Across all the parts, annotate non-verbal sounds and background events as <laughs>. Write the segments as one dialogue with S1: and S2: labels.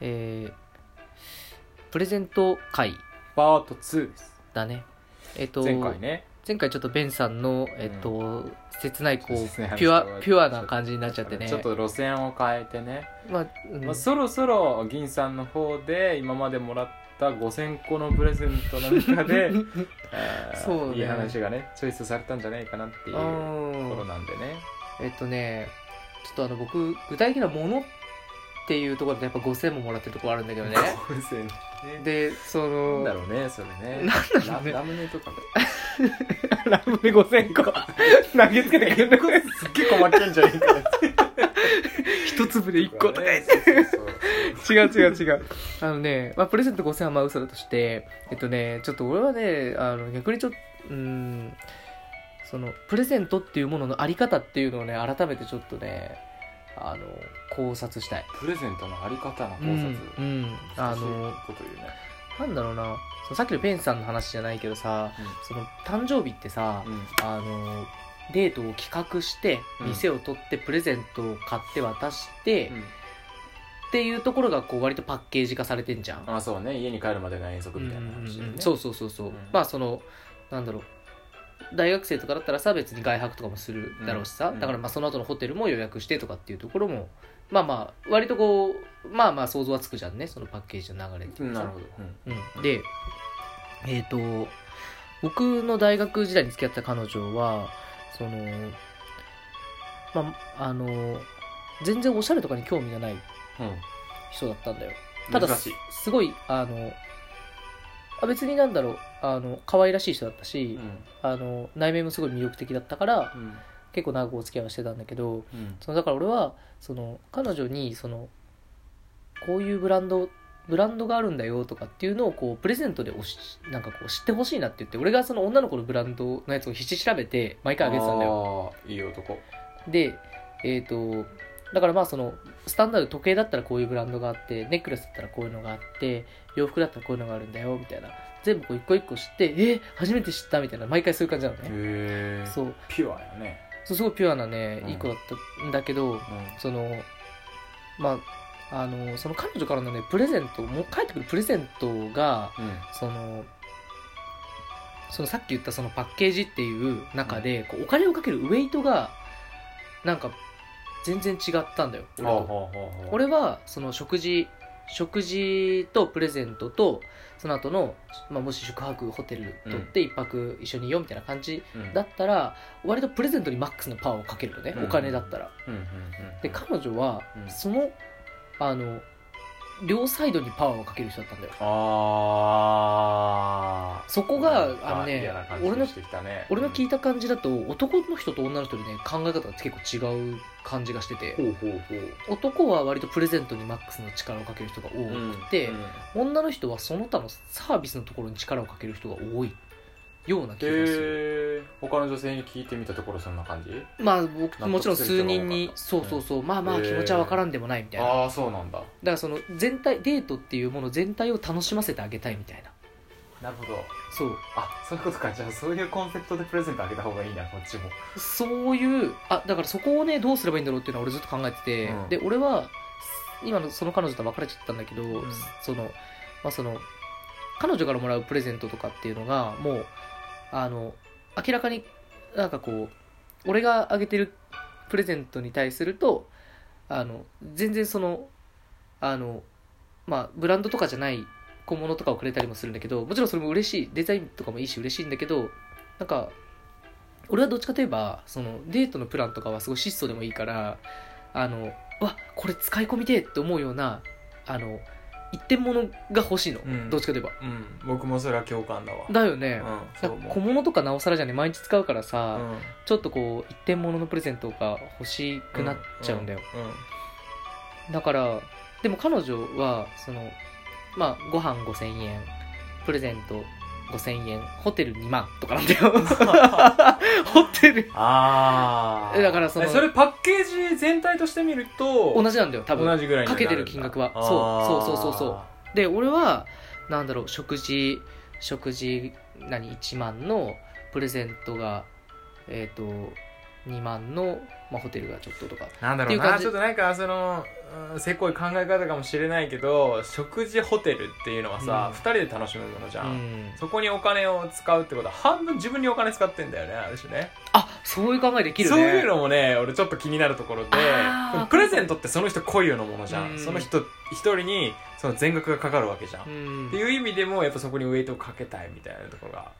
S1: えープレゼント会
S2: パート2です
S1: だねえっ、と
S2: 前回ね
S1: 前回ちょっとベンさんの、えっと切ないこう
S2: 切ない話
S1: ピュ
S2: が
S1: アピュアな感じになっちゃってね
S2: ちょっと路線を変えてね、
S1: まあ、うん
S2: まあ、そろそろ銀さんの方で今までもらった5000個のプレゼントの
S1: <laughs>
S2: 中であー
S1: そうね
S2: いい話がねチョイスされたんじゃないかなって
S1: う
S2: いうと
S1: ん
S2: ころなんでね
S1: えっとねちょっとあの僕具体的なものっていうところでやっぱ5000ももらってるところあるんだけどね
S2: 5000ね
S1: <laughs> でそ
S2: なん
S1: の
S2: だろうねそれね
S1: なんだろうね
S2: ララムネとかね
S1: ラムネ5000個投げつけてくる
S2: すっげえ困ってんじゃねえかよ
S1: <laughs> 一粒で1個とか <laughs> 言って
S2: そうそう
S1: 違う違う違うあのね、まあ、プレゼント5000はまあ嘘だとしてえっとねちょっと俺はねあの逆にちょっとうーんそのプレゼントっていうもののあり方っていうのをね改めてちょっとねあの考察したい
S2: そうプレゼントのあり方の考察、
S1: うん、うんあ
S2: 難しい
S1: の
S2: こと言うね、
S1: なんだろうなそのさっきのペンさんの話じゃないけどさその誕生日ってさ、あのデートを企画して
S2: うん
S1: 店を取ってプレゼントを買って渡して、っていうところがこう割とパッケージ化されてんじゃん
S2: あそうね家に帰るまでの遠足みたいな話だよね、
S1: そうそうそうそう、
S2: うん
S1: まあそのなんだろう大学生とかだったらさ別に外泊とかもするだろうしさ、
S2: うん
S1: だからまあその後のホテルも予約してとかっていうところもまあまあ割とこうまあまあ想像はつくじゃんねそのパッケージの流れっていうか
S2: な
S1: さ
S2: るほど、
S1: うん、でえっ、と僕の大学時代に付き合ってた彼女はそのまああの全然おしゃれとかに興味がない
S2: うん
S1: 人だったんだよただ
S2: 難し
S1: す
S2: い
S1: すごいあのあ別になんだろうあの可愛らしい人だったし、あの内面もすごい魅力的だったから
S2: うん
S1: 結構長くお付き合いはしてたんだけど
S2: うん
S1: そのだから俺はその彼女にそのこういうブランドブランドがあるんだよとかっていうのをこうプレゼントでおしなんかこう知ってほしいなって言って俺がその女の子のブランドのやつを必死調べて毎回あげてたんだよ
S2: あーいい男
S1: でえっ、とだからまあそのスタンダード時計だったらこういうブランドがあってネックレスだったらこういうのがあって洋服だったらこういうのがあるんだよみたいな全部こう一個一個知ってえ初めて知ったみたいな毎回そういう感じなのね
S2: へえ
S1: そう
S2: ピュアやね、
S1: そうすごいピュアなね
S2: うん
S1: いい子だったんだけど、そのまああのその彼女からのねプレゼントもう返ってくるプレゼントが
S2: うん
S1: そのそのさっき言ったそのパッケージっていう中で、こうお金をかけるウェイトがなんか全然違ったんだよ俺
S2: ほう
S1: と
S2: ほうほうほう
S1: 俺はその食事食事とプレゼントとその後の、まあ、もし宿泊ホテル取って一泊一緒にいようみたいな感じだったら、割とプレゼントにマックスのパワーをかけるのね、
S2: うん
S1: お金だったら
S2: うんうんうん
S1: で彼女は
S2: うん
S1: その、あの両サイドにパワーをかける人だったんだよ
S2: ああ
S1: そこがあのね俺の俺の聞
S2: い
S1: いた感じだと男の人と女の人でね考え方が結構違う感じがしてて
S2: ほうほうほう
S1: 男は割とプレゼントにマックスの力をかける人が多くて、
S2: うんうん
S1: 女の人はその他のサービスのところに力をかける人が多いような気がする、
S2: へえ他の女性に聞いてみたところそんな感じ
S1: まあ僕もちろん数人に
S2: 納得す
S1: そう
S2: る人が多かった
S1: そうそう、まあまあ
S2: へー
S1: 気持ちは分からんでもないみたいな、だか
S2: ああそうなんだ
S1: らその全体デートっていうもの全体を楽しませてあげたいみたいな
S2: なるほど
S1: そう
S2: あそういうことかじゃあそういうコンセプトでプレゼントあげた方がいいなこっちも
S1: そういうあだからそこをねどうすればいいんだろうっていうのは俺ずっと考えてて、
S2: うん
S1: で俺は今のその彼女とは別れちゃったんだけど、
S2: ん
S1: そのまあその彼女からもらうプレゼントとかっていうのがもうあの明らかになんかこう俺があげてるプレゼントに対するとあの全然そのあのまあブランドとかじゃない小物とかをくれたりもするんだけどもちろんそれも嬉しいデザインとかもいいし嬉しいんだけどなんか俺はどっちかといえばそのデートのプランとかはすごい質素でもいいからあのうわこれ使い込みてえって思うようなあの一点物が欲しいの、
S2: うん
S1: どっちかといえば
S2: うん僕もそれは共感だわ
S1: だよね、
S2: うん
S1: だから小物とかなおさらじゃね毎日使うからさ、
S2: うん
S1: ちょっとこう一点物のプレゼントが欲しくなっちゃうんだよ、だからでも彼女はそのまあご飯5000円プレゼント5000円ホテル2万とかなん
S2: <laughs>
S1: だよホテル
S2: ああ
S1: えだからその
S2: それパッケージ全体として見ると
S1: 同じなんだよ多分
S2: 同じぐらいになるんだ
S1: かけてる金額はそう
S2: あー
S1: そうそうそうそうで俺はなんだろう食事食事何1万のプレゼントがえっ、と2万の、まあ、ホテルがちょっととか
S2: なんだ
S1: ってい
S2: ろ
S1: うう感
S2: な
S1: じ
S2: ちょっとなんかそのうんせこい考え方かもしれないけど食事ホテルっていうのはさ、
S1: うん
S2: 二人で楽しむものじゃん、
S1: うん
S2: そこにお金を使うってことは半分自分にお金使ってんだよねある種ね
S1: あそういう考えできるね
S2: そういうのもね俺ちょっと気になるところで
S1: あー
S2: プレゼントってその人固有のものじゃん、
S1: うん
S2: その人一人にその全額がかかるわけじゃん、
S1: う
S2: っ
S1: ん
S2: ていう意味でもやっぱそこにウエイトをかけたいみたいなところが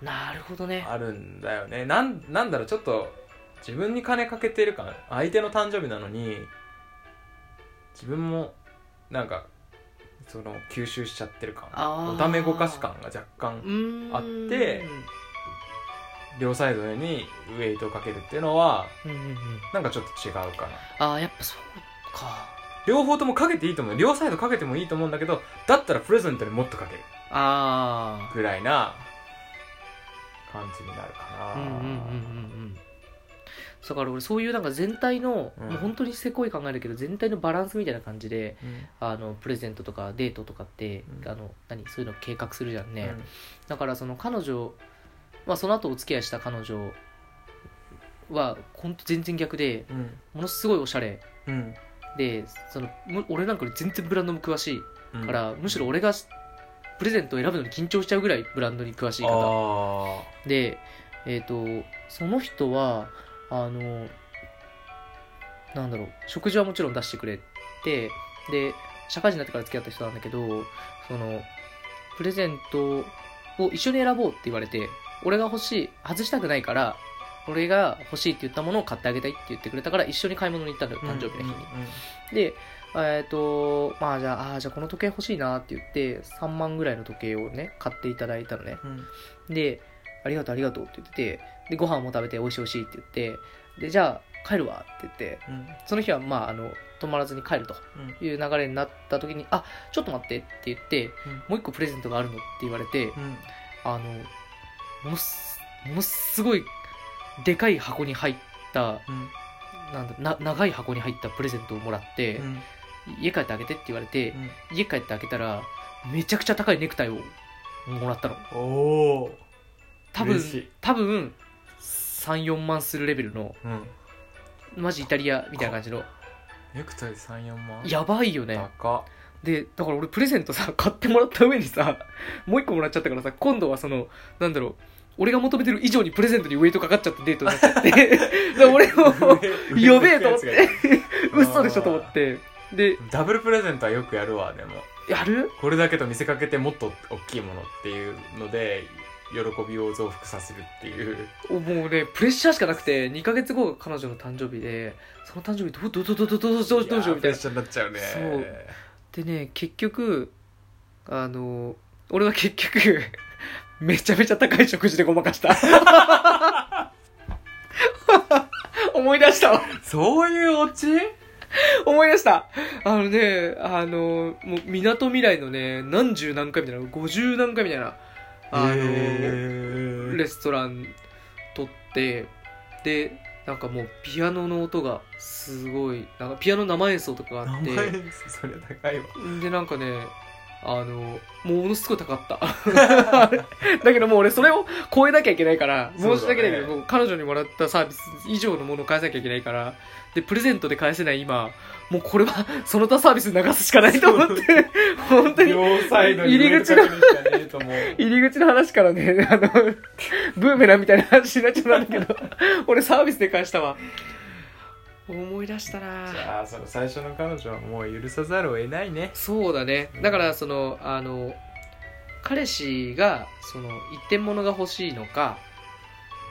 S1: なるほどね
S2: あるんだよねなんなんだろうちょっと自分に金かけてる感相手の誕生日なのに自分もなんかその吸収しちゃってる
S1: あ
S2: 感
S1: ー
S2: おためごかし感が若干
S1: うん
S2: あって両サイドにウエイトをかけるっていうのは
S1: うんうんうん
S2: なんかちょっと違うかな
S1: ああやっぱそうか
S2: 両方ともかけていいと思う両サイドかけてもいいと思うんだけどだったらプレゼントにもっとかける
S1: あ
S2: ぐらいな感じになるか
S1: あうんうんうんうん
S2: な
S1: うんだから俺そういうなんか全体の、
S2: うん
S1: もう本当にせこい考えだけど全体のバランスみたいな感じで
S2: うん
S1: あのプレゼントとかデートとかって、
S2: うん
S1: あの何そういうの計画するじゃんね、だからその彼女、まあ、その後お付き合いした彼女は本当全然逆で
S2: うん
S1: ものすごいおしゃれ
S2: うん
S1: でそのむ俺なんかより全然ブランドも詳しい
S2: うん
S1: から、むしろ俺がプレゼントを選ぶのに緊張しちゃうぐらいブランドに詳しい方
S2: あ
S1: で、えっとその人はあのなんだろう食事はもちろん出してくれてで社会人になってから付き合った人なんだけどそのプレゼントを一緒に選ぼうって言われて俺が欲しい外したくないから俺が欲しいって言ったものを買ってあげたいって言ってくれたから一緒に買い物に行ったんだよ
S2: ー
S1: 誕生日の日に、
S2: うんうん
S1: で、えっ、と、まあじゃあ、あーじゃあこの時計欲しいなって言って、3万ぐらいの時計をね、買っていただいたのね。
S2: うん
S1: で、ありがとうありがとうって言ってて、で、ご飯も食べて美味しい美味しいって言って、で、じゃあ帰るわって言って、
S2: うん
S1: その日はまあ、あの、泊まらずに帰るという流れになった時に、あ、ちょっと待ってって言って、
S2: うん
S1: もう一個プレゼントがあるのって言われて、
S2: うん
S1: あの、ものす、ものすごい、でかい箱に入った、
S2: うん
S1: なんだ、な、長い箱に入ったプレゼントをもらって、
S2: うん
S1: 家帰ってあげてって言われて
S2: う、ん
S1: 家帰って開けたらめちゃくちゃ高いネクタイをもらったの
S2: おお
S1: 多分
S2: 嬉しい
S1: 多分34万するレベルの
S2: うん
S1: マジイタリアみたいな感じの
S2: ネクタイ三四万
S1: やばいよね
S2: 高
S1: でだから俺プレゼントさ <laughs> 買ってもらった上にさもう一個もらっちゃったからさ今度はそのなんだろう俺が求めてる以上にプレゼントにウエイトかかっちゃったデートになっちゃって
S2: <laughs>
S1: で俺も
S2: 上
S1: やべえと思って
S2: 上のやつが
S1: 嘘でしょと思ってで
S2: ダブルプレゼントはよくやるわでも
S1: やる
S2: これだけと見せかけてもっと大きいものっていうので喜びを増幅させるっていう
S1: もうねプレッシャーしかなくて2ヶ月後が彼女の誕生日でその誕生日どうどうどうどうどうどうどうしようみたいな
S2: プレッシャーになっちゃうね
S1: でね結局あの俺は結局 <laughs> めちゃめちゃ高い食事でごまかした <laughs> 思い出したわ
S2: そういうオチ
S1: 思い出したあのねあのもうみなとみらいのね何十何回みたいな50何回みたいなあの、
S2: へー
S1: レストラン撮ってでなんかもうピアノの音がすごいなんかピアノ生演奏とかがあっ
S2: 名前
S1: て
S2: それ高いわ
S1: でなんかねあのものすごい高かった <laughs> だけどもう俺それを超えなきゃいけないから
S2: そうだね
S1: 申し訳ないけど、もう彼女にもらったサービス以上のものを返さなきゃいけないからでプレゼントで返せない今もうこれは <laughs> その他サービスに流すしかないと思って
S2: <laughs>
S1: 本当に
S2: 両サイドに
S1: 入り口の
S2: 上から見たらいいと思う
S1: 入り口の話からね、 <laughs> あの、ブーメランみたいな話になっちゃったんだけど、俺サービスで返したわ。思い出した
S2: じ
S1: な
S2: ゃあその最初の彼女はもう許さざるを得ないね
S1: そうだね。だから、その、あの、彼氏が、その、一点物が欲しいのか、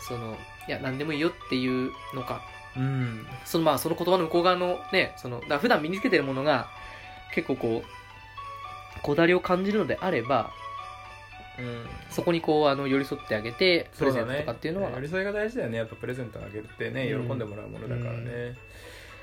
S1: その、いや、何でもいいよっていうのか、
S2: うん
S1: その、まあ、その言葉の向こう側のね、その、だから普段身につけてるものが、結構こう、こだわりを感じるのであれば、
S2: うん
S1: そこにこう、あの、寄り添ってあげて、プレゼントとかっていうのは、
S2: そうだね寄り添いが大事だよねやっぱプレゼントあげるってね喜
S1: うん
S2: んでもらうものだからね、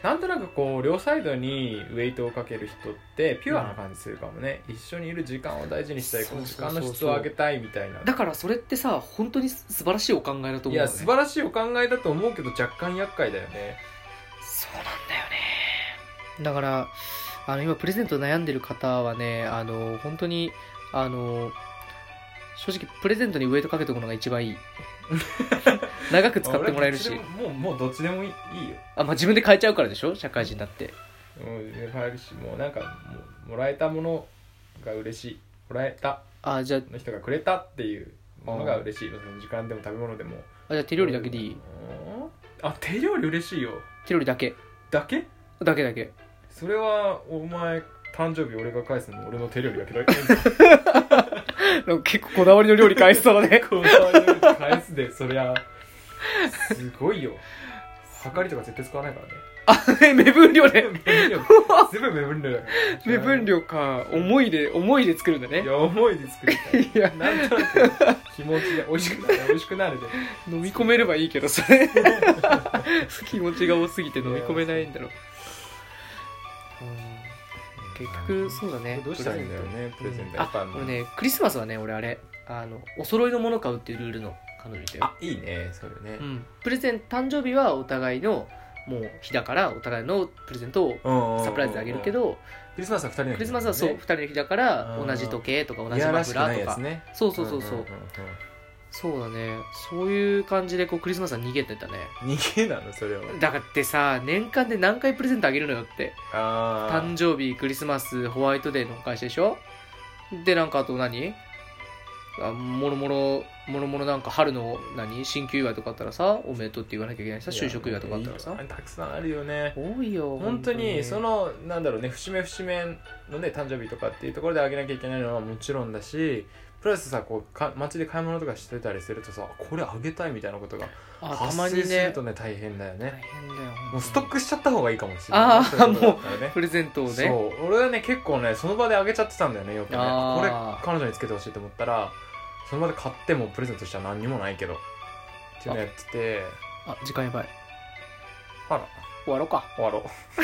S2: なんとなくこう両サイドにウェイトをかける人ってピュアな感じするかもね、一緒にいる時間を大事にしたいこの時間の質を上げたいみたいな
S1: だからそれってさ本当に素晴らしいお考えだと思う、
S2: い
S1: ね、
S2: や素晴らしいお考えだと思うけど若干厄介だよね
S1: そうなんだよねだからあの今プレゼント悩んでる方はねあの本当にあの正直プレゼントにウエイトかけておくのが一番いい <laughs> 長く使ってもらえるし
S2: 俺はどっちでももうもうどっちでもいいいいよ
S1: あ、まあ、自分で変えちゃうからでしょ社会人だって
S2: もう自分で買えるしもうなんかもうもらえたものが嬉しいもらえた
S1: あじゃあ
S2: の人がくれたっていうものが嬉しいその時間でも食べ物でも
S1: あじゃあ手料理だけでいい
S2: うんあ手料理嬉しいよ
S1: 手料理だけ
S2: だけ
S1: だけだけ
S2: それはお前誕生日俺が返すの俺の手料理だけど
S1: <laughs> なんか結構こだわりの料理返しそうだね
S2: この返すでそりゃすごいよはかりとか絶対使わないから
S1: <laughs>
S2: ね
S1: 目分量で
S2: 目分量全部目分量だから
S1: <laughs> 目分量か思いで思いで作るんだね
S2: いや思いで作りた
S1: <laughs>
S2: い
S1: いや
S2: なんとなく気持ちで美味しくなる美味しくなるで
S1: 飲み込めればいいけどそ <laughs> れ気持ちが多すぎて飲み込めないんだろう結局そうだね
S2: どうしたらいいんだよねプレゼントやっぱ
S1: あ俺ねクリスマスはね俺あれあのお揃いのもの買うっていうルールの彼女いたよ、
S2: あいいねそれね
S1: うん、プレゼン誕生日はお互いのもう日だからお互いのプレゼントをサプライズであげるけど
S2: クリスマスは2人の
S1: クリスマスはそう2人の日だから
S2: うん
S1: 同じ時計とか同
S2: い
S1: じ
S2: や
S1: マ
S2: ら
S1: フ
S2: しく
S1: ラー
S2: ない
S1: と
S2: や
S1: か
S2: つね
S1: そうそうそうそうん
S2: んん
S1: そうだねそういう感じでこうクリスマスは逃げてたね
S2: うん逃げなのそれは
S1: だからってさ年間で何回プレゼントあげるのよって
S2: あー
S1: 誕生日クリスマスホワイトデーのお返しでしょでなんかあと何あもろもろもろもろなんか春の何新旧祝いとかあったらさおめでとうって言わなきゃいけないしさ就職祝いとかあったら
S2: い
S1: さ
S2: やたくさんあるよね
S1: 多いよ
S2: 本当にそのなんだろうね節目節目のね誕生日とかっていうところであげなきゃいけないのはもちろんだしプラスさこうか街で買い物とかしてたりするとさこれあげたいみたいなことが
S1: あた
S2: 発
S1: まに
S2: 生する
S1: ね
S2: とね大変だよ
S1: 大
S2: ね
S1: 変だよ
S2: もうストッ
S1: ク
S2: クしちゃった方がいいかもしれない
S1: あー
S2: そういうことだったらね
S1: プレゼントを
S2: そ
S1: ね
S2: う俺はね結構ねその場であげちゃってたんだよねよくねこれ
S1: あー
S2: 彼女につけてほしいと思ったらその場で買ってもプレゼントしたら何にもないけどっていうのやってて
S1: あ時間やばい
S2: あら
S1: 終わろうか
S2: 終わろう